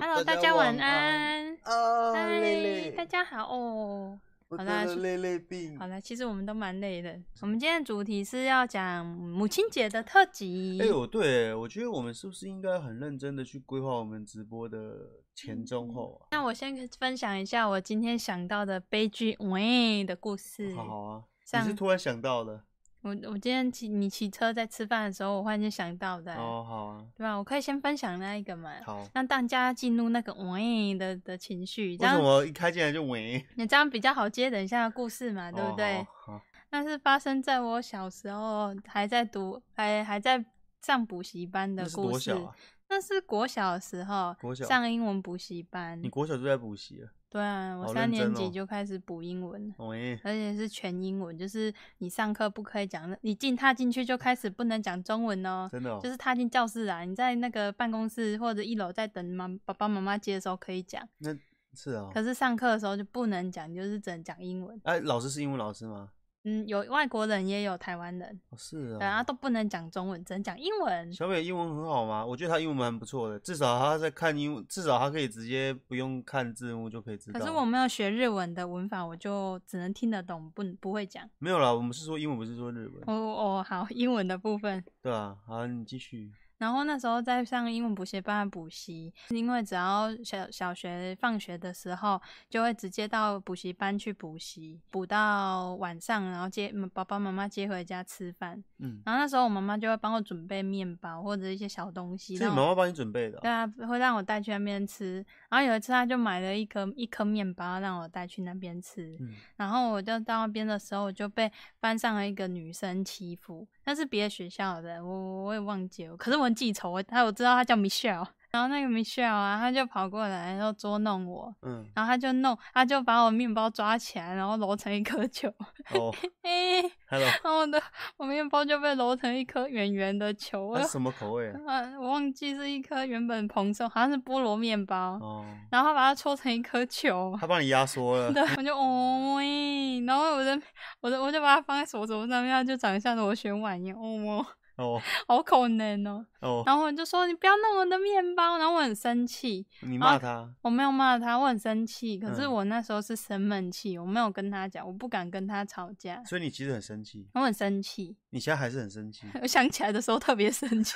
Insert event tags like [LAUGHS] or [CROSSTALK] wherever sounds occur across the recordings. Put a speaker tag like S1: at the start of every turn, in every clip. S1: Hello，大家晚安。
S2: 哦，
S1: 嗨
S2: 累累，嗯
S1: 大家好哦。
S2: 我
S1: 好
S2: 得
S1: 啦
S2: 了
S1: 是
S2: 累累病。
S1: 好了，其实我们都蛮累的。我们今天的主题是要讲母亲节的特辑。
S2: 哎呦，对，我觉得我们是不是应该很认真的去规划我们直播的
S1: 嗯
S2: 前中后啊？
S1: 那我先分享一下我今天想到的悲剧喂的故事。
S2: 好好啊，你是
S1: 嗯像
S2: 突然想到的
S1: 我我今天骑你骑车在吃饭的时候，我忽然间想到的啊、
S2: 哦，好啊，
S1: 对吧？我可以先分享那一个嘛， [LAUGHS]
S2: 好。
S1: 让大家进入那个喂的的情绪，这
S2: 为什
S1: 样
S2: 么一开进来就喂？
S1: 你这样比较好接等一下的故事啊嘛，对
S2: 哦
S1: 不对？
S2: 好好
S1: 那是发生在我小时候还在读，还还在上补习班的
S2: 那是
S1: 故
S2: 多
S1: 事。嗯
S2: 小啊？
S1: 那是国小的时候，
S2: 国小
S1: 上英文补习班
S2: 你。国小就在补习了？
S1: 对啊，我
S2: 好
S1: 三
S2: 认
S1: 年
S2: 真
S1: 级
S2: 哦
S1: 就开始补英文了。
S2: 喂，
S1: 而且是全英文，就是你上课不可以讲，你进踏进去就开始不能讲中文哦，
S2: 真的哦
S1: 就。是踏进教室啊，你在那个办公室或者一楼在等妈爸爸妈妈接的时候可以讲，
S2: 那是啊。
S1: 可是上课的时候就不能讲，就是只能讲英文。
S2: 哎，老师是英文老师吗？
S1: 嗯，有外国人也有台湾人，
S2: 哦，是
S1: 然后
S2: 啊。
S1: 都不能讲中文，只能讲英文。
S2: 小美英文很好吗？我觉得她英文蛮不错的，至少她在看英文，至少她可以直接不用看字幕就可以知道。
S1: 可是我没有学日文的文法，我就只能听得懂，不不会讲。
S2: 没有啦，我们是说英文，不是说日
S1: 哦
S2: 文。
S1: 哦，好， [LAUGHS] 英文的部分。
S2: 对啊，好，你继续。
S1: 然后那时候在上英文补习班的补习，因为只要小小学放学的时候，就会直接到补习班去补习，补到晚上，然后接嗯爸爸妈妈接回家吃饭。
S2: 嗯，
S1: 然后那时候我妈妈就会帮我准备面包或者一些小东西，
S2: 是你
S1: 让
S2: 妈
S1: 我
S2: 妈帮你准备的
S1: 对
S2: 啊、
S1: 啊，会让我带去那边吃。然后有一次，她就买了一颗一颗面包让我带去那边吃。
S2: 嗯，
S1: 然后我就到那边的时候，我就被班上的一个女生欺负，那是别的学校的，我我也忘记了，可是我很记仇，我 [LAUGHS] 她我知道她叫 Michelle，然 [LAUGHS] 后那个 Michelle 啊，她就跑过来，然后捉弄我，
S2: 嗯，
S1: 然后她就弄，她就把我面包抓起来，然后揉成一颗球， [LAUGHS]
S2: 哦
S1: 哎、
S2: ，Hello，
S1: 然后我的我面包就被揉成一颗圆圆的球， [LAUGHS] 我
S2: 那是什么口
S1: [LAUGHS]
S2: 味啊？
S1: 啊，我忘记是一颗原本蓬松，好像是菠萝面包，
S2: 哦，
S1: 然后她把它搓成一颗球，
S2: 她帮你压缩了。
S1: 对，我就哦喂，然后我的我的我就把它放在手肘上面，它就长相像螺旋丸一样，哦，
S2: 哦
S1: 好可怜哦。
S2: 哦，
S1: 然后我就说你不要弄我的面包，然后我很生气，
S2: 你骂她，
S1: 我没有骂他，我很生气，可是
S2: 嗯
S1: 我那时候是生闷气，我没有跟他讲，我不敢跟他吵架，
S2: 所以你其实很生气，
S1: 我很生气，
S2: 你现在还是很
S1: [LAUGHS]
S2: 生气。
S1: 我想起来的时候特别生气，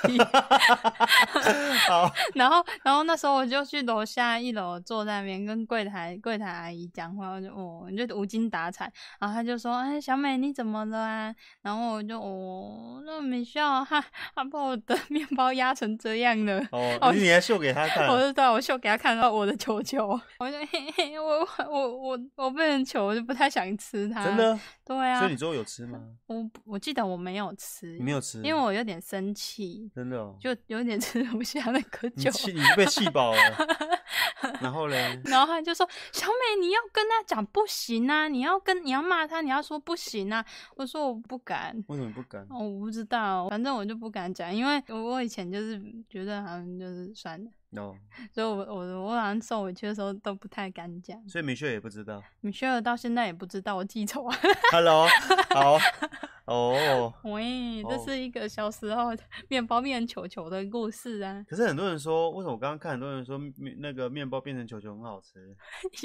S2: 好，
S1: 然后然后那时候我就去楼下一楼坐在那边跟柜台柜台阿姨讲话，我就哦你就无精打采，然后她就说哎小美你怎么了啊？然后我就哦那没笑，她她把我的 [LAUGHS] 面包压成这样
S2: [LAUGHS]
S1: 了。
S2: 哦
S1: 哦，
S2: 你还秀给她看
S1: 我，就对啊我秀给她看到我的球球，我就嘿嘿，我我我我被人球，我就不太想吃它。
S2: 真？的？
S1: 对啊
S2: 所以，你最后有吃吗？
S1: 我我记得我没有吃，
S2: 你没有吃，
S1: 因为我有点生气，
S2: 真的哦，
S1: 就有点吃不下那颗
S2: 你
S1: 球。
S2: 气，你被气饱
S1: [LAUGHS]
S2: 了。然后嘞，
S1: 然后他就说：“小美，你要跟他讲不行啊，你要跟你要骂他，你要说不行啊。”我说：“我不敢，
S2: 为什么你不敢？
S1: 哦我不知道，反正我就不敢讲，因为我我以前就是觉得好像就是算了，
S2: 哦，
S1: 所以我我我好像受委屈的时候都不太敢讲。
S2: 所以明确也不知道。
S1: 米歇尔到现在也不知道我记仇啊，
S2: Hello，好， [LAUGHS] 哦。
S1: [LAUGHS] 喂，这
S2: 哦
S1: 是一个小时候的面包面球球的故事啊， [LAUGHS]
S2: 可是很多人说，为什么我刚刚看很多人说面那个面包变成球球很好吃？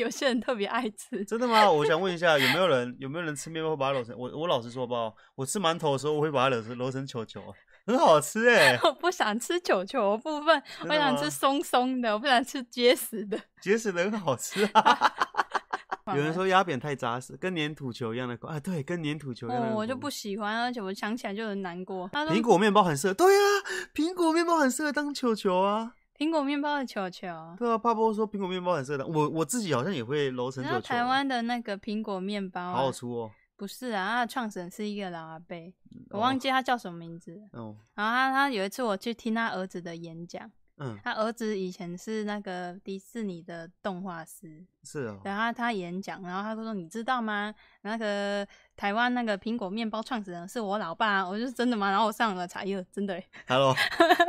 S1: 有些人特别爱吃。” [LAUGHS]
S2: 真的吗？我想问一下，有没有人有没有人吃面包会把它揉成？我我老实说吧，我吃馒头的时候我会把它揉成揉成球球，很好吃哎、
S1: 我不想吃球球的部分，
S2: 真
S1: 我
S2: 的
S1: 想
S2: 吗
S1: 吃松松的，我不想吃结实的。
S2: 结实的很好吃
S1: [LAUGHS]
S2: 啊。有人说压扁太扎实，跟粘土球一样的口啊，对，跟粘土球一样的、
S1: 哦，我就不。喜欢，而且我想起来就很难过。他说
S2: 苹果面包很适合，对啊，苹果面包很适合当球球啊，
S1: 苹果面包的球球，
S2: 对啊，爸爸说苹果面包很适合当，我我自己好像也会揉成
S1: 你
S2: 球
S1: 知道
S2: 球，啊
S1: 台湾的那个苹果面包、啊，
S2: 好好吃哦，
S1: 不是啊，它的创始人是一个老阿伯，我
S2: 哦
S1: 忘记他叫什么名字了。
S2: 哦，
S1: 然后他他有一次我去听他儿子的演讲，
S2: 嗯，
S1: 他儿子以前是那个迪士尼的动画师，
S2: 是哦，
S1: 然后他演讲，然后他就说：“你知道吗？那个台湾那个苹果面包创始人是我老爸。”啊我就说真的吗？然后我上网查，哟，真的欸， [LAUGHS]
S2: Hello，Hello，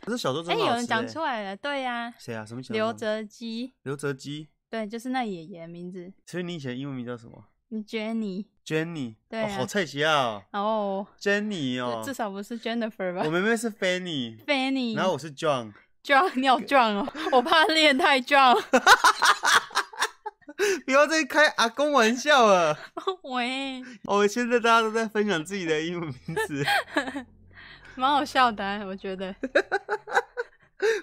S2: 可 [LAUGHS] 是小时候
S1: 哎、
S2: 真的
S1: 有
S2: 好
S1: 人
S2: 吃
S1: 讲
S2: 欸
S1: 出来了，对呀、
S2: 谁啊？什么小
S1: 刘
S2: 哲
S1: 哲基，
S2: 刘哲基，
S1: 对，就是那爷爷的名字
S2: 所以你以前英文名叫什么
S1: ，Jenny。
S2: ？Jenny，
S1: 对
S2: 哦，
S1: 啊
S2: 好菜奇啊
S1: 哦，
S2: ，Jenny
S1: 这
S2: 哦，
S1: 至少不是 Jennifer 吧
S2: 我妹妹是 Fanny，
S1: ？Fanny，
S2: 然后我是 John， [LAUGHS]
S1: 壮，你好壮哦，我怕练太壮。
S2: 不要再开阿公玩笑了。
S1: [LAUGHS] 喂，
S2: 哦，现在大家都在分享自己的英文名字，
S1: 蛮好笑的啊、我觉得。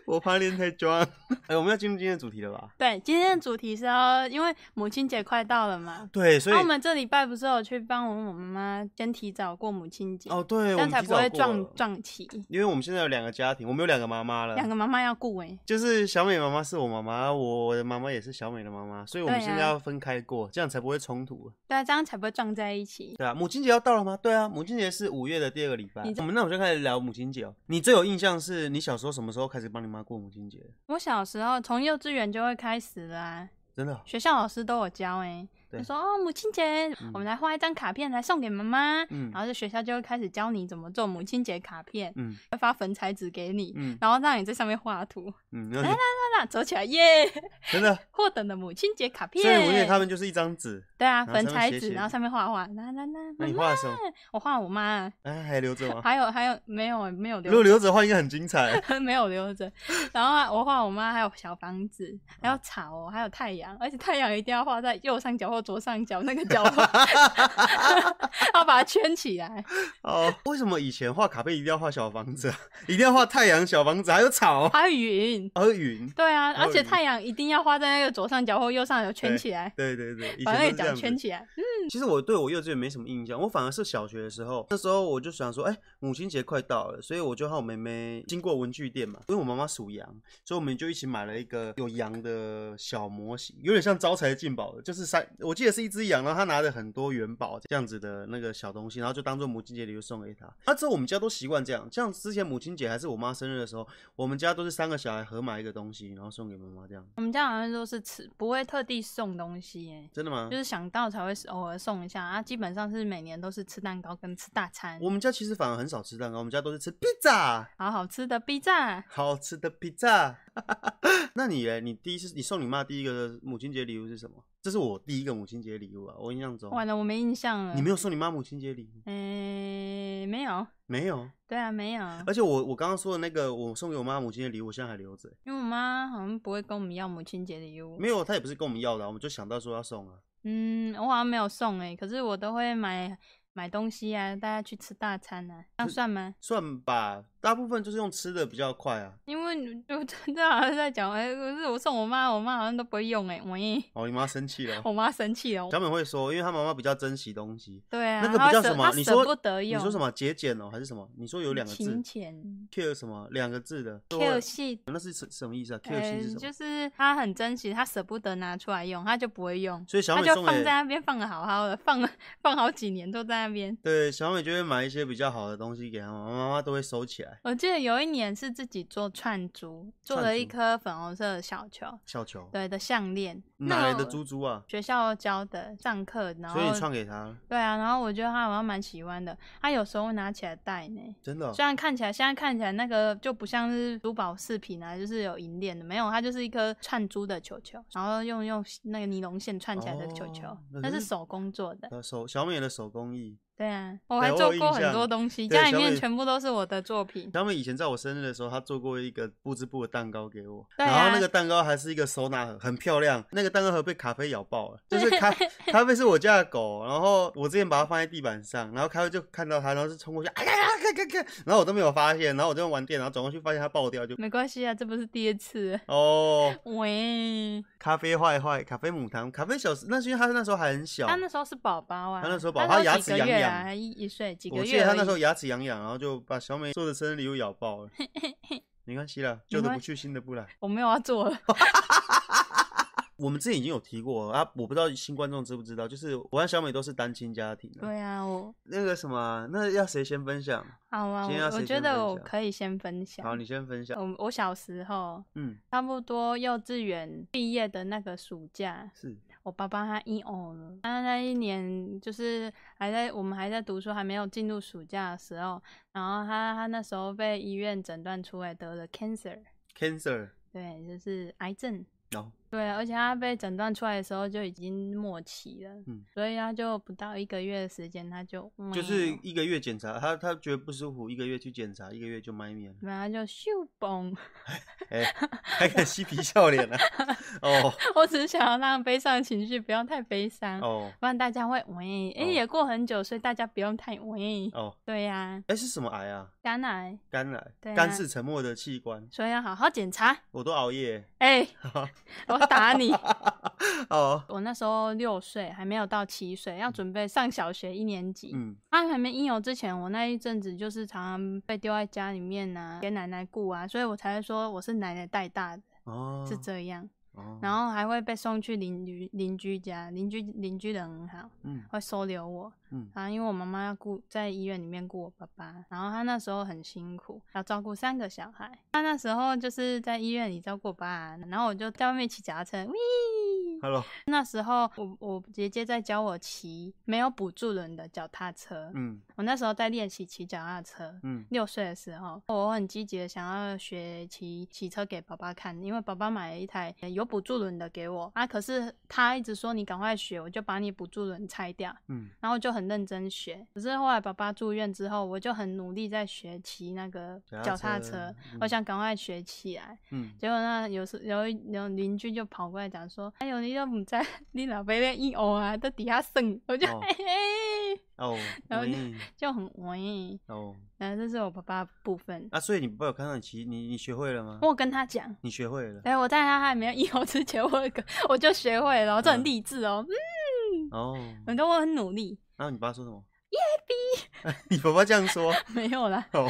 S2: 我怕练太装。 [LAUGHS] 哎、我们要进入今天的主题了吧？
S1: 对，今天的主题是要，因为母亲节快到了嘛，
S2: 对，所以
S1: 那、我们这礼拜不是有去帮我妈妈先提早过母亲节，
S2: 哦，对，
S1: 这
S2: 我
S1: 样
S2: 们
S1: 才
S2: 提
S1: 不
S2: 早
S1: 会
S2: 过了
S1: 撞撞期。
S2: 因为我们现在有两个家庭，我们有两个妈妈了，
S1: 两个妈妈要顾哎、
S2: 就是小美妈妈是我妈妈，我我的妈妈也是小美的妈妈，所以我们
S1: 对啊
S2: 现在要分开过，这样才不会冲突。
S1: 对啊，这样才不会撞在一起。
S2: 对啊，母亲节要到了吗？对啊，母亲节是五月的第二个礼拜。
S1: 你这
S2: 我们那我就开始聊母亲节哦。你最有印象是你小时候什么时候开始帮你妈过母亲节？
S1: 我小时候从幼稚园就会开始了啊，
S2: 真的哦、
S1: 学校老师都有教哎、
S2: 对
S1: 就说哦，母亲节、我们来画一张卡片来送给妈妈，
S2: 嗯
S1: 然后就学校就会开始教你怎么做母亲节卡片，
S2: 嗯
S1: 会发粉彩纸给你，
S2: 嗯
S1: 然后让你在上面画图， [LAUGHS]
S2: 嗯，
S1: 来来那那折起来耶， [LAUGHS]
S2: 真的。
S1: 获得了母亲节卡片。
S2: 所以母亲节他们就是一张纸，
S1: 对啊，
S2: 然后
S1: 粉
S2: 上面
S1: 彩
S2: 写
S1: 纸，
S2: 写
S1: 然后上面画画，啦啦啦，
S2: 那
S1: 妈
S2: 你
S1: 妈，
S2: 画的什么？
S1: 我画我妈，啊
S2: 哎，还留着吗？
S1: 还有还有没有没有
S2: 如果
S1: 留
S2: 留着的话，应该很精彩。
S1: [LAUGHS] 没有留着，然后啊我画我妈，还有小房
S2: 嗯
S1: 子，还有草哦，还有太阳，而且太阳一定要画在右上角或左上角那个
S2: [LAUGHS]
S1: 角落，要把它圈起来。
S2: 哦，为什么以前画卡片一定要画小房子啊？一定要画太阳、小房子，还有草，
S1: 还有云，
S2: 还有云。
S1: 对啊，
S2: 还有
S1: 而且
S2: 云
S1: 太阳一定要画在那个左上角或右上角圈起来，
S2: 对对对，以
S1: 把那
S2: 前都
S1: 个
S2: 是这样
S1: 角
S2: 子
S1: 圈起来。
S2: 其实我对我幼稚园没什么印象，我反而是小学的时候，那时候我就想说，哎、母亲节快到了，所以我就和我妹妹经过文具店嘛，因为我妈妈属羊，所以我们就一起买了一个有羊的小模型，有点像招财进宝的，就是三，我记得是一只羊，然后她拿着很多元宝这样子的那个小东西，然后就当做母亲节礼物送给她。那、之后我们家都习惯这样，像之前母亲节还是我妈生日的时候，我们家都是三个小孩合买一个东西，然后送给妈妈这样。
S1: 我们家好像都是吃，不会特地送东西耶。
S2: 真的吗？
S1: 就是想到才会偶尔送一下啊，基本上是每年都是吃蛋糕跟吃大餐，
S2: 我们家其实反而很少吃蛋糕，我们家都是吃披萨。
S1: 好好吃的 B 站。
S2: 好吃的披萨。 [LAUGHS] 那你嘞？你第一次你送你妈第一个母亲节礼物是什么？这是我第一个母亲节礼物啊，我印象中。
S1: 完了，我没印象了。
S2: 你没有送你妈母亲节礼物？
S1: 诶、没有，
S2: 没有。
S1: 对啊，没有，
S2: 而且我我刚刚说的那个我送给我妈母亲节礼物，我现在还留着欸。
S1: 因为我妈好像不会跟我们要母亲节礼物。
S2: 没有，她也不是跟我们要的啊、我们就想到说要送啊。
S1: 嗯，我好像没有送诶、可是我都会买买东西啊，大家去吃大餐啊，这样算吗？
S2: 算吧，大部分就是用吃的比较快啊。
S1: 因为你 [LAUGHS] 就真的好像在讲，哎、可是我送我妈，我妈好像都不会用诶、喂，
S2: 哦，你妈生气了。
S1: 我妈生气了。
S2: 小美会说，因为她妈妈比较珍惜东西。
S1: 对啊，
S2: 那个
S1: 她
S2: 不叫
S1: 会舍
S2: 什么？
S1: 她
S2: 你
S1: 舍
S2: 说
S1: 不得用。
S2: 你说什么节俭哦，还是什么？你说有两个字
S1: 勤俭
S2: ，care 什么两个字的
S1: Q 系，
S2: 那是什什么意思啊？Q
S1: 呃
S2: 心是什么？
S1: 就是她很珍惜，她舍不得拿出来用，她就不会用。
S2: 所以小
S1: 他
S2: 美
S1: 就
S2: 送
S1: 放在
S2: 给
S1: 那边放的好好的，放了 [LAUGHS] 放好几年都在那边。
S2: 对小美就会买一些比较好的东西给她妈妈，妈妈都会收起来。
S1: 我记得有一年是自己做串珠，做
S2: 串
S1: 了一
S2: 珠
S1: 颗粉红色的小球，
S2: 小球
S1: 对的项链，
S2: 哪来的
S1: 那我
S2: 猪猪啊？
S1: 学校教的，上课然后
S2: 所以你唱给她，
S1: 对啊，然后我觉得它好像蛮喜欢的，它有时候会拿起来戴呢。
S2: 真的哦、
S1: 虽然看起来现在看起来那个就不像是珠宝饰品啊，就是有银链的，没有，它就是一颗串珠的球球，然后用用那个尼龙线串起来的球球，
S2: 哦那
S1: 那
S2: 可
S1: 是
S2: 是
S1: 手工做的。
S2: 呃手小美的手工艺。
S1: 对啊，我
S2: 对
S1: 还
S2: 哎我
S1: 做
S2: 有
S1: 过
S2: 印
S1: 很
S2: 象
S1: 多东西，
S2: 对
S1: 家里
S2: 小
S1: 面
S2: 美
S1: 全部都是我的作品。
S2: 小美以前在我生日的时候，她做过一个布织布的蛋糕给我，
S1: 对啊
S2: 然后那个蛋糕还是一个收纳盒，很漂亮。那个蛋糕盒被咖啡咬爆了，就是
S1: [LAUGHS]
S2: 咖咖啡是我家的狗，然后我之前把它放在地板上，然后咖啡就看到它，然后就冲过去，哎呀呀，看看看，然后我都没有发现，然后我就玩电脑，转过去发现它爆掉，就
S1: 没关系啊，这不是第一次。
S2: 哦，
S1: 喂，
S2: 咖啡坏坏，咖啡母汤，咖啡小时，那是因为他那时候还很小。
S1: 他那时候是宝宝啊，
S2: 他那时候宝宝
S1: 他
S2: 他牙
S1: 几
S2: 齿
S1: 个
S2: 痒
S1: 月
S2: 痒
S1: 啊，还一一岁几个
S2: 我
S1: 月而已。
S2: 记得他那时候牙齿痒痒，然后就把小美做的生日礼物咬爆
S1: [LAUGHS]
S2: 了。没关系啦，旧的
S1: 关
S2: 不去，新的不来。
S1: 我没有要做
S2: [LAUGHS]
S1: 了，
S2: 我们之前已经有提过啊，我不知道新观众知不知道，就是我和小美都是单亲家庭、啊。
S1: 对啊，我
S2: 那个什么，啊那要谁先分享？
S1: 好啊，
S2: 今天要
S1: 我我
S2: 谁
S1: 觉
S2: 先
S1: 得
S2: 分
S1: 我
S2: 享
S1: 可以先分享。
S2: 好，你先分享。
S1: 我我小时候
S2: 嗯，
S1: 差不多幼稚园毕业的那个暑假，
S2: 是
S1: 我爸爸他一哦了，他那一年就是还在我们还在读书，还没有进入暑假的时候，然后他他那时候被医院诊断出来得了 cancer，
S2: cancer。
S1: 对，就是癌症。
S2: 哦，
S1: 对，而且他被诊断出来的时候就已经末期了，
S2: 嗯
S1: 所以他就不到一个月的时间，他就
S2: 就是一个月检查，他他觉得不舒服，一个月去检查，一个月就卖面了，
S1: 没有，他就咻嘣。
S2: 哎、还敢嬉皮笑脸啊？哦
S1: 我只是想要让悲伤的情绪不要太悲伤，
S2: 哦
S1: 不然大家会喂，哎、
S2: 哦
S1: 也过很久，所以大家不用太喂。
S2: 哦，
S1: 对呀、
S2: 哎、是什么癌啊？
S1: 肝癌，
S2: 肝癌，
S1: 对啊
S2: 肝是沉默的器官，
S1: 所以要好好检查。
S2: 我都熬夜。 [LAUGHS]
S1: 哎、我打你！
S2: 哦，
S1: 我那时候六岁，还没有到七岁，要准备上小学一年级。
S2: 嗯，
S1: 他还没应有之前，我那一阵子就是常常被丢在家里面呐、给奶奶顾啊，所以我才会说我是奶奶带大的，
S2: 哦，
S1: 是这样。
S2: 哦，
S1: 然后还会被送去邻居邻居家，邻居邻居人很好，
S2: 嗯
S1: 会收留我。
S2: 嗯
S1: 啊，因为我妈妈要顾在医院里面顾我爸爸，然后她那时候很辛苦，要照顾三个小孩。她那时候就是在医院里照顾我爸，啊然后我就在外面骑脚踏车，喂。
S2: ，Hello，
S1: 那时候我我姐姐在教我骑没有补助轮的脚踏车，
S2: 嗯
S1: 我那时候在练习骑脚踏车。
S2: 嗯
S1: 六岁的时候，我很积极的想要学骑骑车给爸爸看，因为爸爸买了一台呃有补助轮的给我啊。可是他一直说你赶快学，我就把你补助轮拆掉，
S2: 嗯
S1: 然后就很认真学。可是后来爸爸住院之后，我就很努力在学骑那个
S2: 脚踏
S1: 脚踏
S2: 车
S1: 车，
S2: 嗯
S1: 我想赶快学起来。
S2: 嗯，
S1: 结果那有时有一有邻居就跑过来讲说：“哎呦，你都不在， [LAUGHS] 你老爸在一偶啊，在底下剩。” [LAUGHS] 我就、
S2: 哦
S1: 嘿嘿，
S2: 哦，
S1: 然后就
S2: 喂
S1: 就很喂。
S2: 哦，
S1: 然后这是我爸爸的部分。
S2: 啊，所以你爸爸有看到你骑，你你学会了吗？
S1: 我有跟他讲，
S2: 你学会了，
S1: 哎，我在他还没有 [LAUGHS] 一偶之前，我有个我就学会了，我这
S2: 嗯
S1: 很励志哦。嗯，
S2: 哦，
S1: 反正我很努力，
S2: 然后你爸说什么？耶 [LAUGHS] 比，你爸爸这样说，
S1: 没有啦。
S2: 哦，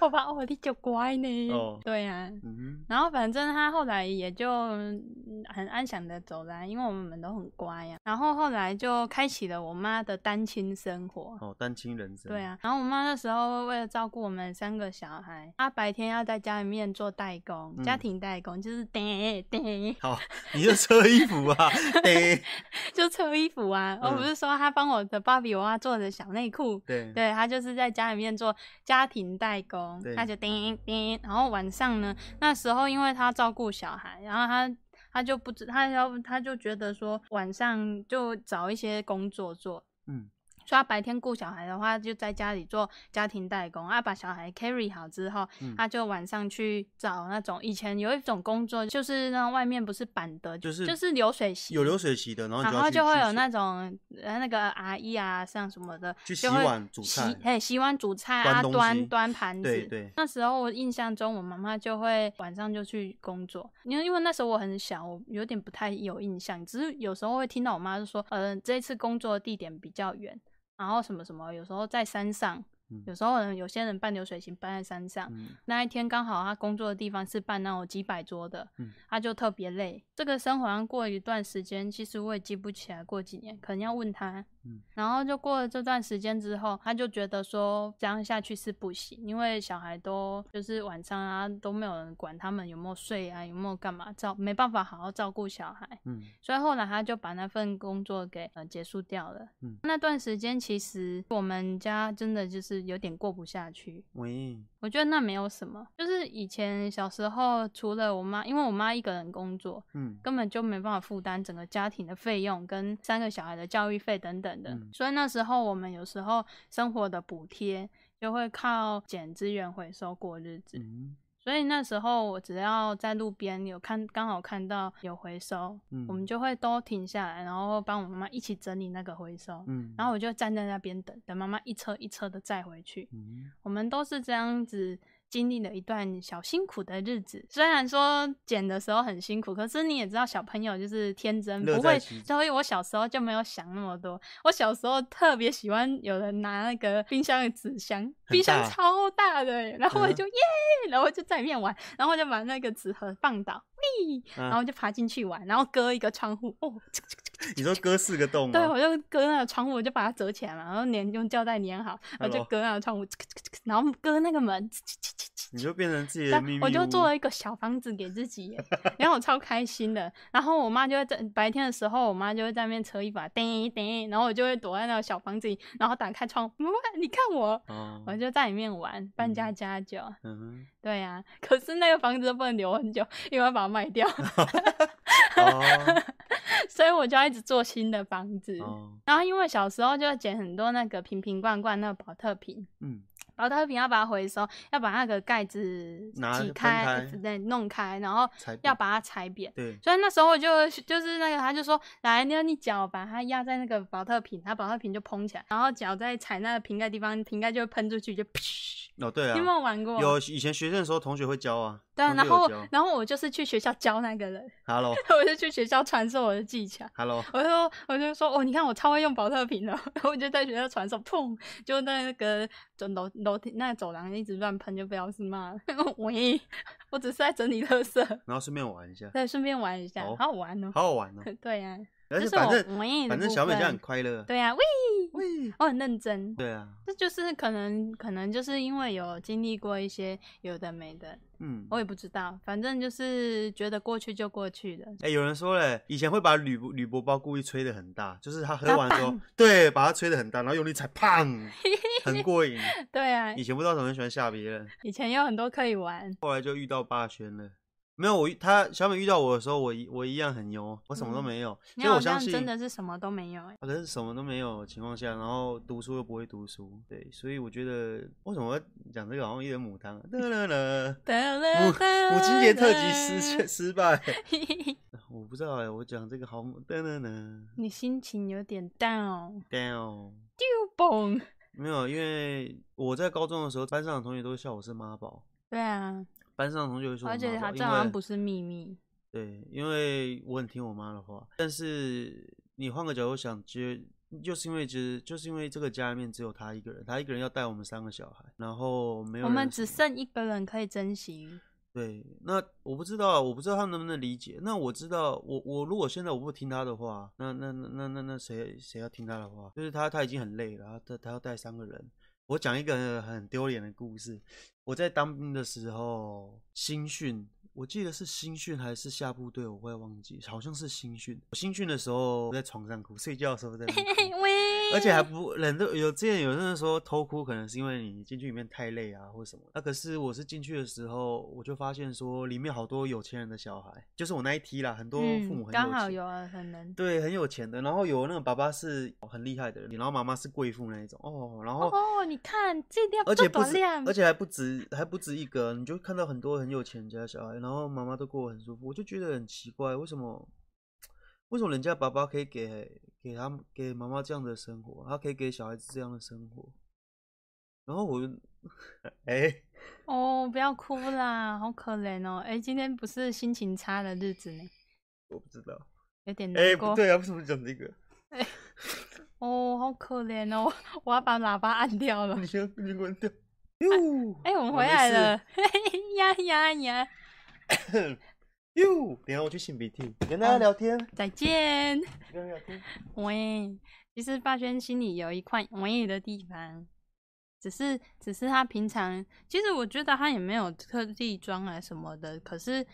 S1: 我爸哦，你就乖呢。
S2: 哦
S1: 对呀、
S2: 嗯
S1: 然后反正他后来也就嗯很安详的走啦，因为我们都很乖呀、然后后来就开启了我妈的单亲生活。
S2: 哼，哦，单亲人生，
S1: 对，啊，然后我妈那时候为了照顾我们三个小孩，她白天要在家里面做代工，家
S2: 嗯
S1: 庭代工就是 [LAUGHS] 叮叮，
S2: 好，你就车衣服啊，
S1: [LAUGHS]
S2: 对
S1: 就车衣服啊。我不
S2: 嗯
S1: 是说她帮我的芭比娃娃做的小内裤，
S2: 对，
S1: 对她就是在家里面做家庭代工
S2: 对，
S1: 她就叮叮。然后晚上呢，那时候因为她照顾小孩，然后她。她就不知，她要，她就觉得说晚上就找一些工作做，
S2: 嗯
S1: 所以他白天顾小孩的话，就在家里做家庭代工，啊，把小孩 carry 好之后，
S2: 嗯
S1: 他就晚上去找那种以前有一种工作，就是那种外面不是板的，
S2: 就是
S1: 就是流水席，
S2: 有流水席的，然后你
S1: 然后
S2: 要
S1: 就
S2: 就
S1: 会有那种呃那个阿姨啊，像什么的，
S2: 去洗
S1: 就会
S2: 碗煮菜啊
S1: 洗，嘿，洗碗煮菜
S2: 端
S1: 啊，
S2: 东西
S1: 端端盘子。
S2: 对对
S1: 那时候我印象中，我妈妈就会晚上就去工作，因为因为那时候我很小，我有点不太有印象，只是有时候会听到我妈就说，呃，这一次工作的地点比较远，然后什么什么，有时候在山上，
S2: 嗯
S1: 有时候人有些人办流水席办在山上，
S2: 嗯
S1: 那一天刚好他工作的地方是办那种几百桌的，
S2: 嗯
S1: 他就特别累。这个生活上过一段时间，其实我也记不起来过几年，可能要问他。
S2: 嗯
S1: 然后就过了这段时间之后，他就觉得说这样下去是不行，因为小孩都就是晚上啊都没有人管他们有没有睡啊，有没有干嘛照，没办法好好照顾小孩。
S2: 嗯
S1: 所以后来他就把那份工作给呃结束掉了。
S2: 嗯
S1: 那段时间其实我们家真的就是有点过不下去，
S2: 喂，
S1: 我觉得那没有什么，就是以前小时候，除了我妈，因为我妈一个人工作，
S2: 嗯
S1: 根本就没办法负担整个家庭的费用跟三个小孩的教育费等等的，
S2: 嗯
S1: 所以那时候我们有时候生活的补贴就会靠捡资源回收过日子。
S2: 嗯
S1: 所以那时候我只要在路边有看，刚好看到有回收，
S2: 嗯
S1: 我们就会都停下来，然后帮我妈妈一起整理那个回收。
S2: 嗯，
S1: 然后我就站在那边等，等妈妈一车一车的载回去。
S2: 嗯
S1: 我们都是这样子经历了一段小辛苦的日子。虽然说剪的时候很辛苦，可是你也知道，小朋友就是天真，
S2: 乐
S1: 不
S2: 在
S1: 会
S2: 其中。
S1: 所以我小时候就没有想那么多。我小时候特别喜欢有人拿那个冰箱的纸箱，
S2: 大
S1: 冰箱超大的欸，然后我
S2: 嗯
S1: 就耶，然后就在里面玩，然后我就把那个纸盒放倒，喂，然
S2: 啊
S1: 后，就爬进去玩，然后割一个窗户，哦，
S2: 你说割四个洞哦
S1: 对，
S2: 吗？
S1: 我就割那个窗户，我就把它
S2: 哦
S1: 折起来嘛，然后粘用胶带粘好，我就
S2: Hello
S1: 割那个窗户，然后割那个门，
S2: 你就变成自己的
S1: 但
S2: 秘密
S1: 我就
S2: 屋 [LAUGHS]
S1: 做了一个小房子给自己耶，然后我超开心的。然后我妈就会在白天的时候，我妈就会在那边扯衣服啊，叮叮，然后我就会躲在那个小房子里，然后打开窗，妈妈你看我，
S2: 哦，
S1: 我就在里面玩扮家
S2: 嗯
S1: 家酒。 [LAUGHS]
S2: 嗯
S1: 对呀、可是那个房子都不能留很久，因为要把它卖
S2: [LAUGHS]
S1: 掉，
S2: 哼，哦
S1: 所以我就要一直做新的房子。
S2: 哦，
S1: 然后因为小时候就会捡很多那个瓶瓶罐罐，那个保特瓶，
S2: 嗯
S1: 保特瓶要把它回收，要把那个盖子
S2: 拿
S1: 挤
S2: 分
S1: 开
S2: 开，
S1: 对，弄开，然后
S2: 踩
S1: 要
S2: 扁
S1: 把它踩扁。
S2: 对，
S1: 所以那时候就就是那个，他就说来，那你脚把它压在那个保特瓶，它保特瓶就蓬起来，然后脚在踩那个瓶盖地方，瓶盖就会喷出去，就噗。
S2: 哦对
S1: 你
S2: 啊
S1: 有没，有玩过？
S2: 有以前学生的时候同学会教啊，
S1: 对啊，
S2: 同学
S1: 然
S2: 有
S1: 后
S2: 教
S1: 然后我就是去学校教那个人， [LAUGHS]
S2: ，hello
S1: 我就去学校传授我的技巧。
S2: hello，
S1: 我就说我就说哦，你看我超会用保特瓶的，哦 [LAUGHS] 我就在学校传授，砰，就在那个走楼楼梯那个走廊一直乱喷，就被老师骂了。 [LAUGHS] 喂，我只是在整理垃圾， [LAUGHS]
S2: 然后顺便玩一下，
S1: 对，顺便玩一下，
S2: 好
S1: 好好玩哦。
S2: 好好玩哦，
S1: [LAUGHS] 对呀、
S2: 而
S1: 这
S2: 且
S1: 是
S2: 反
S1: 我
S2: 正
S1: 我愿意的
S2: 反正
S1: 部
S2: 小美家
S1: 分
S2: 很快乐，
S1: 对啊呀、喂，哦
S2: 喂，
S1: 我很认真。
S2: 对啊，
S1: 这就是可能，可能就是因为有经历过一些有的没的，
S2: 嗯，
S1: 我也不知道，反正就是觉得过去就过去了。
S2: 哎、有人说嘞，以前会把铝箔铝箔包故意吹得很大，就是他喝
S1: 打
S2: 完之后
S1: 棒，
S2: 对，把它吹得很大，然后用力踩，砰，很过瘾。
S1: 对啊，
S2: 以前不知道怎么很喜欢吓别人，
S1: 以前有很多可以玩，
S2: 后来就遇到霸轩了。没有我遇，他小美遇到我的时候，我一我一样很优，我什么都
S1: 嗯
S2: 没有，
S1: 你
S2: 所以
S1: 好
S2: 我相
S1: 像
S2: 信
S1: 真的是什么都没有、欸。
S2: 啊可是什么都没有的情况下，然后读书又不会读书，对，所以我觉得为什么会讲这个好像一人牡丹啊？哒啦啦，母母
S1: 母
S2: 亲节特辑失失败， [LAUGHS]
S1: 失。
S2: 我不知道哎、我讲这个好哒啦啦
S1: 你心情
S2: [LAUGHS]
S1: 有点 down，
S2: ，down。
S1: 就崩。
S2: 没有，因为我在高中的时候，班上的同学都会笑我是妈宝，
S1: 对啊，
S2: 班上的同学会说我
S1: 而且
S2: 妈
S1: 他
S2: 宝，
S1: 这好像
S2: 因
S1: 不
S2: 为
S1: 是秘密。
S2: 对，因为我很听我妈的话。但是你换个角度想，其实就是因为其实就是因为这个家里面只有她一个人，她一个人要带我们三个小孩，然后没有
S1: 我们
S2: 人
S1: 只剩一个人可以珍惜。
S2: 对，那我不知道啊，我不知道他们能不能理解。那我知道，我我如果现在我不听他的话，那那那那那那谁谁要听他的话？就是他他已经很累了，他他他要带三个人。我讲一个很丢脸的故事。我在当兵的时候，新训，我记得是新训还是下部队，我快忘记，好像是新训。我新训的时候我在床上哭，睡觉的时候在那边哭
S1: 喂，
S2: 而且还不人都有之前有人说偷哭，可能是因为你进去里面太累啊，或什么。那、可是我是进去的时候，我就发现说里面好多有钱人的小孩，就是我那一梯啦，很多父母很
S1: 嗯，
S2: 有钱，
S1: 刚好有啊，可能。
S2: [LAUGHS] 对很有钱的，然后有那个爸爸是很厉害的人，然后妈妈是贵妇那一种哦，然后。
S1: 哦，你看这条
S2: 而且不
S1: 多
S2: 止，
S1: 亮，
S2: 而且还不止，还不止一个，你就看到很多很有钱人家的小孩，然后妈妈都过得很舒服，我就觉得很奇怪，为什么，为什么人家爸爸可以给给他们给妈妈这样的生活，他可以给小孩子这样的生活，然后我，哎、
S1: 哦，不要哭啦，好可怜哦。哎，今天不是心情差的日子呢，
S2: 我不知道，
S1: 有点
S2: 哎、
S1: 难
S2: 不
S1: 过。
S2: 对啊，为什么讲这个？ [LAUGHS]
S1: 哦，好可怜哦，我要把喇叭按掉了。
S2: 你先你先关掉。哟，
S1: 哎、我们
S2: 嗯没
S1: 回来
S2: 事
S1: 了， [LAUGHS] 嘿嘿呀呀呀！
S2: 哟，等一下我去擤鼻涕，跟
S1: 哦
S2: 大家聊天，
S1: 再见。
S2: 跟大家聊天。
S1: 喂，其实霸轩心里有一块喂的地方，只是只是他平常，其实我觉得他也没有特地装啊什么的，可是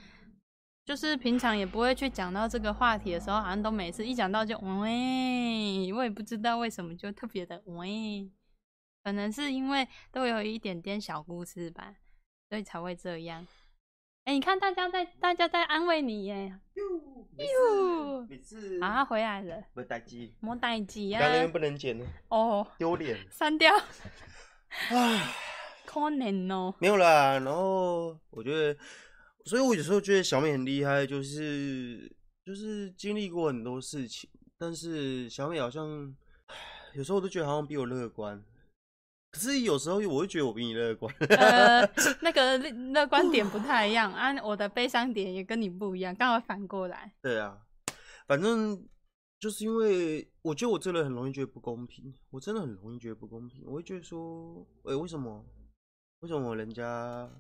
S1: 就是平常也不会去讲到这个话题的时候，好像都每次一讲到就喂，我也不知道为什么就特别的喂，可能是因为都有一点点小故事吧，所以才会这样。哎、你看大家在大家在安慰你耶，
S2: 哟，没
S1: 哟
S2: 事，没事
S1: 啊，他回来了，
S2: 不待机。
S1: 莫代机啊
S2: 刚，那边不能剪了，
S1: 哦。
S2: 丢脸。
S1: 删 [LAUGHS] 掉，
S2: 唉，
S1: 可能哦。 [LAUGHS]
S2: 没有啦。然后我觉得，所以我有时候觉得小美很厉害，就是就是经历过很多事情，但是小美好像唉有时候我都觉得好像比我乐观。可是有时候我会觉得我比你乐观，
S1: 呃，那个乐乐观点不太一样啊，我的悲伤点也跟你不一样，刚好反过来。
S2: 对啊，反正就是因为我觉得我这个人很容易觉得不公平，我真的很容易觉得不公平。我会觉得说，哎、为什么？为什么人家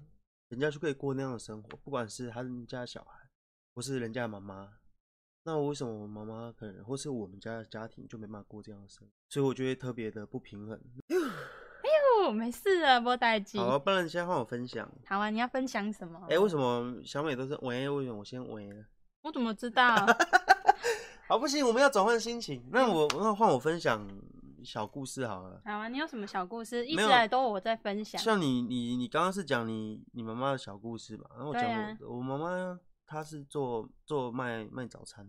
S2: 人家就可以过那样的生活，不管是他们家的小孩，或是人家的妈妈，那为什么我妈妈可能，或是我们家的家庭就没办法过这样的生活？所以我觉得特别的不平衡。
S1: 呼，哦没事啊了，波代机。
S2: 好，不然现在换我分享。
S1: 好啊，你要分享什么？
S2: 哎、为什么小美都是喂？为什么我先喂了？
S1: 我怎么
S2: [LAUGHS]
S1: 知道？
S2: 好，不行，我们要转换心情。那
S1: 嗯
S2: 我那换我分享小故事好了。
S1: 好啊，你有什么小故事？一
S2: 没
S1: 直
S2: 有
S1: 以来都我在分享。
S2: 像你你你刚刚是讲你你妈妈的小故事嘛？然后我
S1: 对
S2: 讲我、
S1: 啊
S2: 我妈妈她是做做卖卖早餐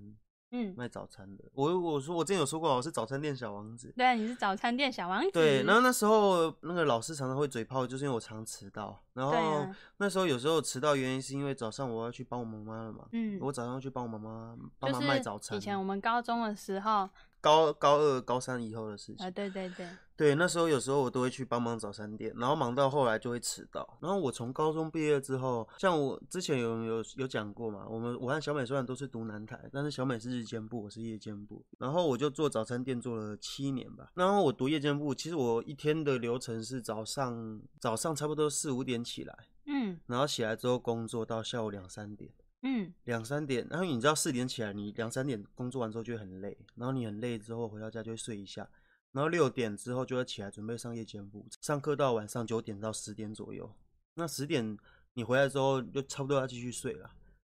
S1: 嗯，
S2: 卖早餐的。我我说我之前有说过，我是早餐店小王子。
S1: 对啊，你是早餐店小王子。
S2: 对，然后那时候那个老师常常会嘴炮，就是因为我常迟到。然后、
S1: 对啊，
S2: 那时候有时候迟到原因是因为早上我要去帮我妈妈了嘛，
S1: 嗯，
S2: 我早上要去帮我妈妈帮
S1: 就
S2: 她
S1: 是
S2: 卖早餐。
S1: 以前我们高中的时候，
S2: 高高二、高三以后的事情。
S1: 啊，对对对，
S2: 对，那时候有时候我都会去帮忙早餐店，然后忙到后来就会迟到。然后我从高中毕业之后，像我之前有有有讲过嘛，我们我和小美虽然都是读南台，但是小美是日间部，我是夜间部。然后我就做早餐店做了七年吧。然后我读夜间部，其实我一天的流程是早上早上差不多四五点起来，
S1: 嗯
S2: 然后起来之后工作到下午两三点。
S1: 嗯，
S2: 两三点，然后你知道四点起来，你两三点工作完之后就会很累，然后你很累之后回到家就会睡一下，然后六点之后就要起来准备上夜间部，上课到晚上九点到十点左右。那十点你回来之后就差不多要继续睡了，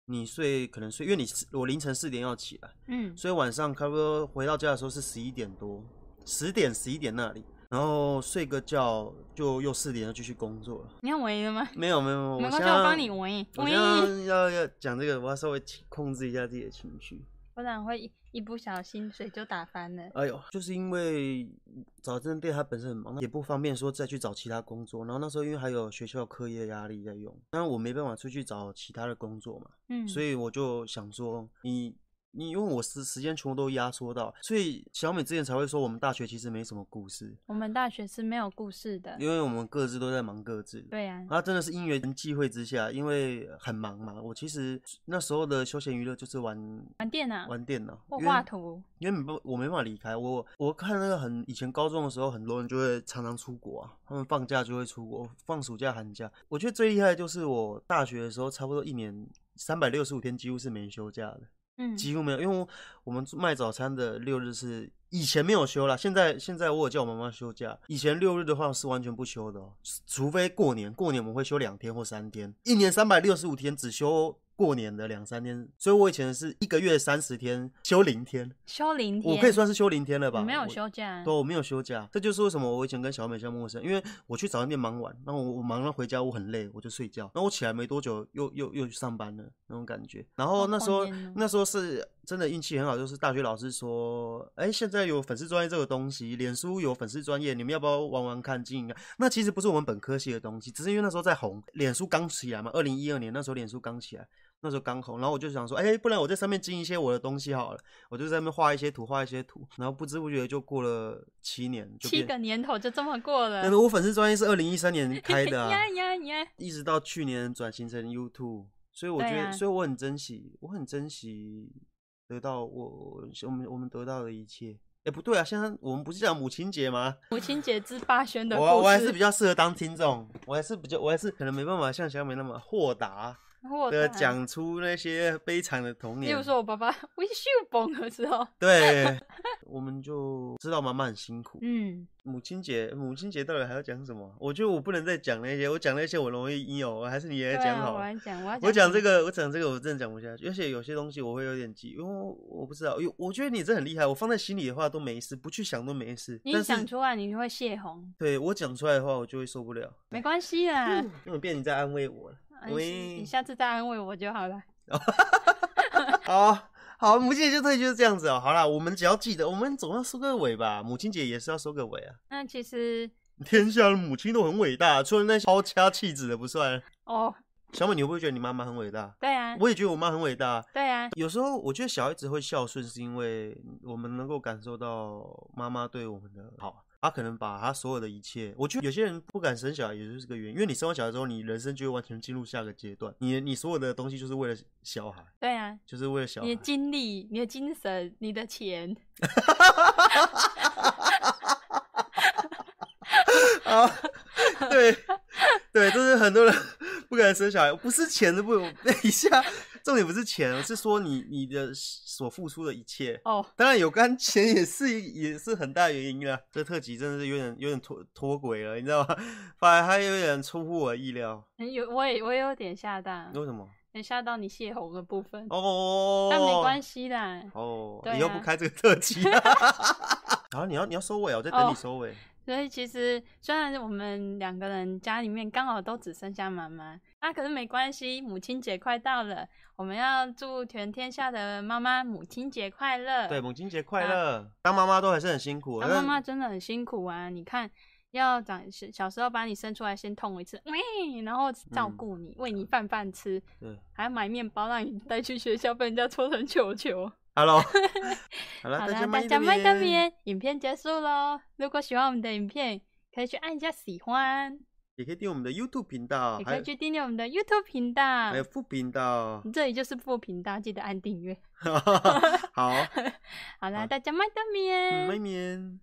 S2: 你睡可能睡，因为你是我凌晨四点要起来，
S1: 嗯，
S2: 所以晚上差不多回到家的时候是十一点多，十点十一点那里，然后睡个觉就又四点要继续工作了。
S1: 你要围了吗？
S2: 没有没有，没有
S1: 没
S2: 我
S1: 关
S2: 现
S1: 系，
S2: 在
S1: 我帮你围
S2: 我
S1: 围
S2: 现，在要要讲这个，我要稍微起控制一下自己的情绪。
S1: 不然会一一不小心水就打翻了。
S2: 哎呦，就是因为早餐店它本身很忙，也不方便说再去找其他工作。然后那时候因为还有学校课业压力在用，但我没办法出去找其他的工作嘛，
S1: 嗯，
S2: 所
S1: 以
S2: 以我就想说，你你因为我时时间全部都压缩到，所以小美之前才会说我们大学其实没什么故事，
S1: 我们大学是没有故事的。
S2: 因为我们各自都在忙各自的。
S1: 对呀、
S2: 啊，真的是因缘际会之下，因为很忙嘛，我其实那时候的休闲娱乐就是玩
S1: 玩电脑
S2: 玩电脑，
S1: 或
S2: 因为
S1: 画图。
S2: 因为没办我没办法离开我。我看那个很以前高中的时候，很多人就会常常出国啊，他们放假就会出国，放暑假、寒假。我觉得最厉害的就是我大学的时候，差不多一年三百六十五天几乎是没休假的，
S1: 嗯，
S2: 几乎没有，因为我我们卖早餐的六日是。以前没有休啦，现在现在我有叫我妈妈休假。以前六日的话是完全不休的哦，除非过年，过年我们会休两天或三天，一年三百六十五天只休过年的两三天。所以我以前是一个月三十天休零天，
S1: 休零天，
S2: 我可以算是休零天了吧？
S1: 你没有啊
S2: 我，
S1: 休假。
S2: 对，我没有休假，这就是为什么我以前跟小美像陌生，因为我去早餐店忙完，然后我我忙了回家，我很累，我就睡觉，然后我起来没多久又又又去上班了那种感觉。然
S1: 好
S2: 后那时候
S1: 怀念哦
S2: 那时候是真的运气很好，就是大学老师说，哎，现在有粉丝专业这个东西，脸书有粉丝专业，你们要不要玩玩看经营啊？那其实不是我们本科系的东西，只是因为那时候在红，脸书刚起来嘛，二零一二年那时候脸书刚起来。那时候刚红，然后我就想说，哎、不然我在上面经营一些我的东西好了。我就在那边画一些图，画一些图，然后不知不觉就过了七年，就
S1: 七
S2: 变
S1: 个。年头就这么过了。
S2: 但是我粉丝专业是二零一三
S1: [LAUGHS]
S2: 年开的、啊
S1: 呀，呀呀！
S2: 一直到去年转型成 YouTube，所以我觉
S1: 对
S2: 得，
S1: 啊
S2: 所以我很珍惜，我很珍惜得到我我们我们得到的一切。哎、不对啊，现在我们不是讲母亲节吗？
S1: 母亲节之霸轩的故事，
S2: 我我还是比较适合当听众，我还是比较我还是可能没办法像小美那么豁达
S1: 我
S2: 的，讲出那些悲惨的童
S1: 例
S2: 年
S1: 如。说我爸 [LAUGHS] 爸微秀崩的时候， [LAUGHS]
S2: 对，我们就知道妈妈很辛苦。
S1: 嗯，
S2: 母亲节，母亲节到底还要讲什么？我觉得我不能再讲那些，我讲那些我容易阴有，还是你
S1: 对
S2: 也讲
S1: 啊，
S2: 好
S1: 我
S2: 了。
S1: 来讲，我要
S2: 我
S1: 讲
S2: 讲这个，我讲这个，我真的讲不下去。而且有些东西我会有点急，因为我我不知道，有我觉得你真的很厉害，我放在心里的话都没事，不去想都没事。
S1: 你一
S2: 但
S1: 讲
S2: 是
S1: 出来你就会泄洪，
S2: 对我讲出来的话，我就会受不了。
S1: 没关系啦，
S2: 因为变你在安慰我了。
S1: 啊你
S2: 嗯喂
S1: 你下次再安慰我就好了。 [LAUGHS]
S2: 好好，母亲节就特辑就是这样子哦。好啦，我们只要记得，我们总要收个尾吧。母亲节也是要收个尾啊。
S1: 那其实
S2: 天下的母亲都很伟大，除了那些抛家弃子的不算。
S1: 哦，
S2: 小美，你会不会觉得你妈妈很伟大？
S1: 对啊，
S2: 我也觉得我妈很伟大。
S1: 对啊，
S2: 有时候我觉得小孩子会孝顺，是因为我们能够感受到妈妈对我们的好。她可能把她所有的一切，我觉得有些人不敢生小孩，也就是这个原因。因为你生完小孩之后，你人生就会完全进入下个阶段，你你所有的东西就是为了小孩，
S1: 对啊，
S2: 就是为了小孩
S1: 你。的精力、你的精神、你的钱，
S2: 啊， [LAUGHS] 对对，这是很多人不敢生小孩，不是钱的不等一下，重点不是钱，哦而是说你你的所付出的一切。
S1: 哦，
S2: 当然有关钱也是也是很大原因啦。这特辑真的是有点有点脱脱轨了，你知道吗？ [LAUGHS] 反而还有点出乎我意料。
S1: 嗯有我也我也有点吓到，
S2: 为什么？
S1: 也吓到你泄洪的部分，
S2: 哦，
S1: 但嗯没关。系啦。
S2: 哦，
S1: 对
S2: 以后
S1: 啊
S2: 不开这个特辑
S1: [LAUGHS]
S2: 了。然后你要你要收尾哦，我在等你
S1: 哦
S2: 收尾。
S1: 所以其实虽然我们两个人家里面刚好都只剩下妈妈，那、可是没关系，母亲节快到了，我们要祝全天下的妈妈母亲节快乐。
S2: 对，母亲节快乐！当妈妈都还是很辛苦的，
S1: 当妈
S2: 但
S1: 妈真的很辛苦啊！你看，要长小小时候把你生出来先痛一次，喂，然后照顾你，喂你饭饭吃，
S2: 嗯对
S1: 还要买面包让你带去学校，被人家搓成球球。 [LAUGHS]
S2: Hello，好了，大
S1: 好
S2: 家
S1: 啦，大
S2: 慢一
S1: 家麦
S2: 点
S1: 当边，影片结束喽。如果喜欢我们的影片，可以去按一下喜欢，
S2: 也可以订阅我们的 YouTube 频道，
S1: 也
S2: 还
S1: 可
S2: 有
S1: 以去嗯订阅我们的 YouTube 频道
S2: 还。有副频道。
S1: 这里就是副频道， [LAUGHS] 记得按订阅。
S2: [LAUGHS] 好，嗯
S1: 好啦，
S2: 好
S1: 大家麦当边。
S2: 嗯，外面。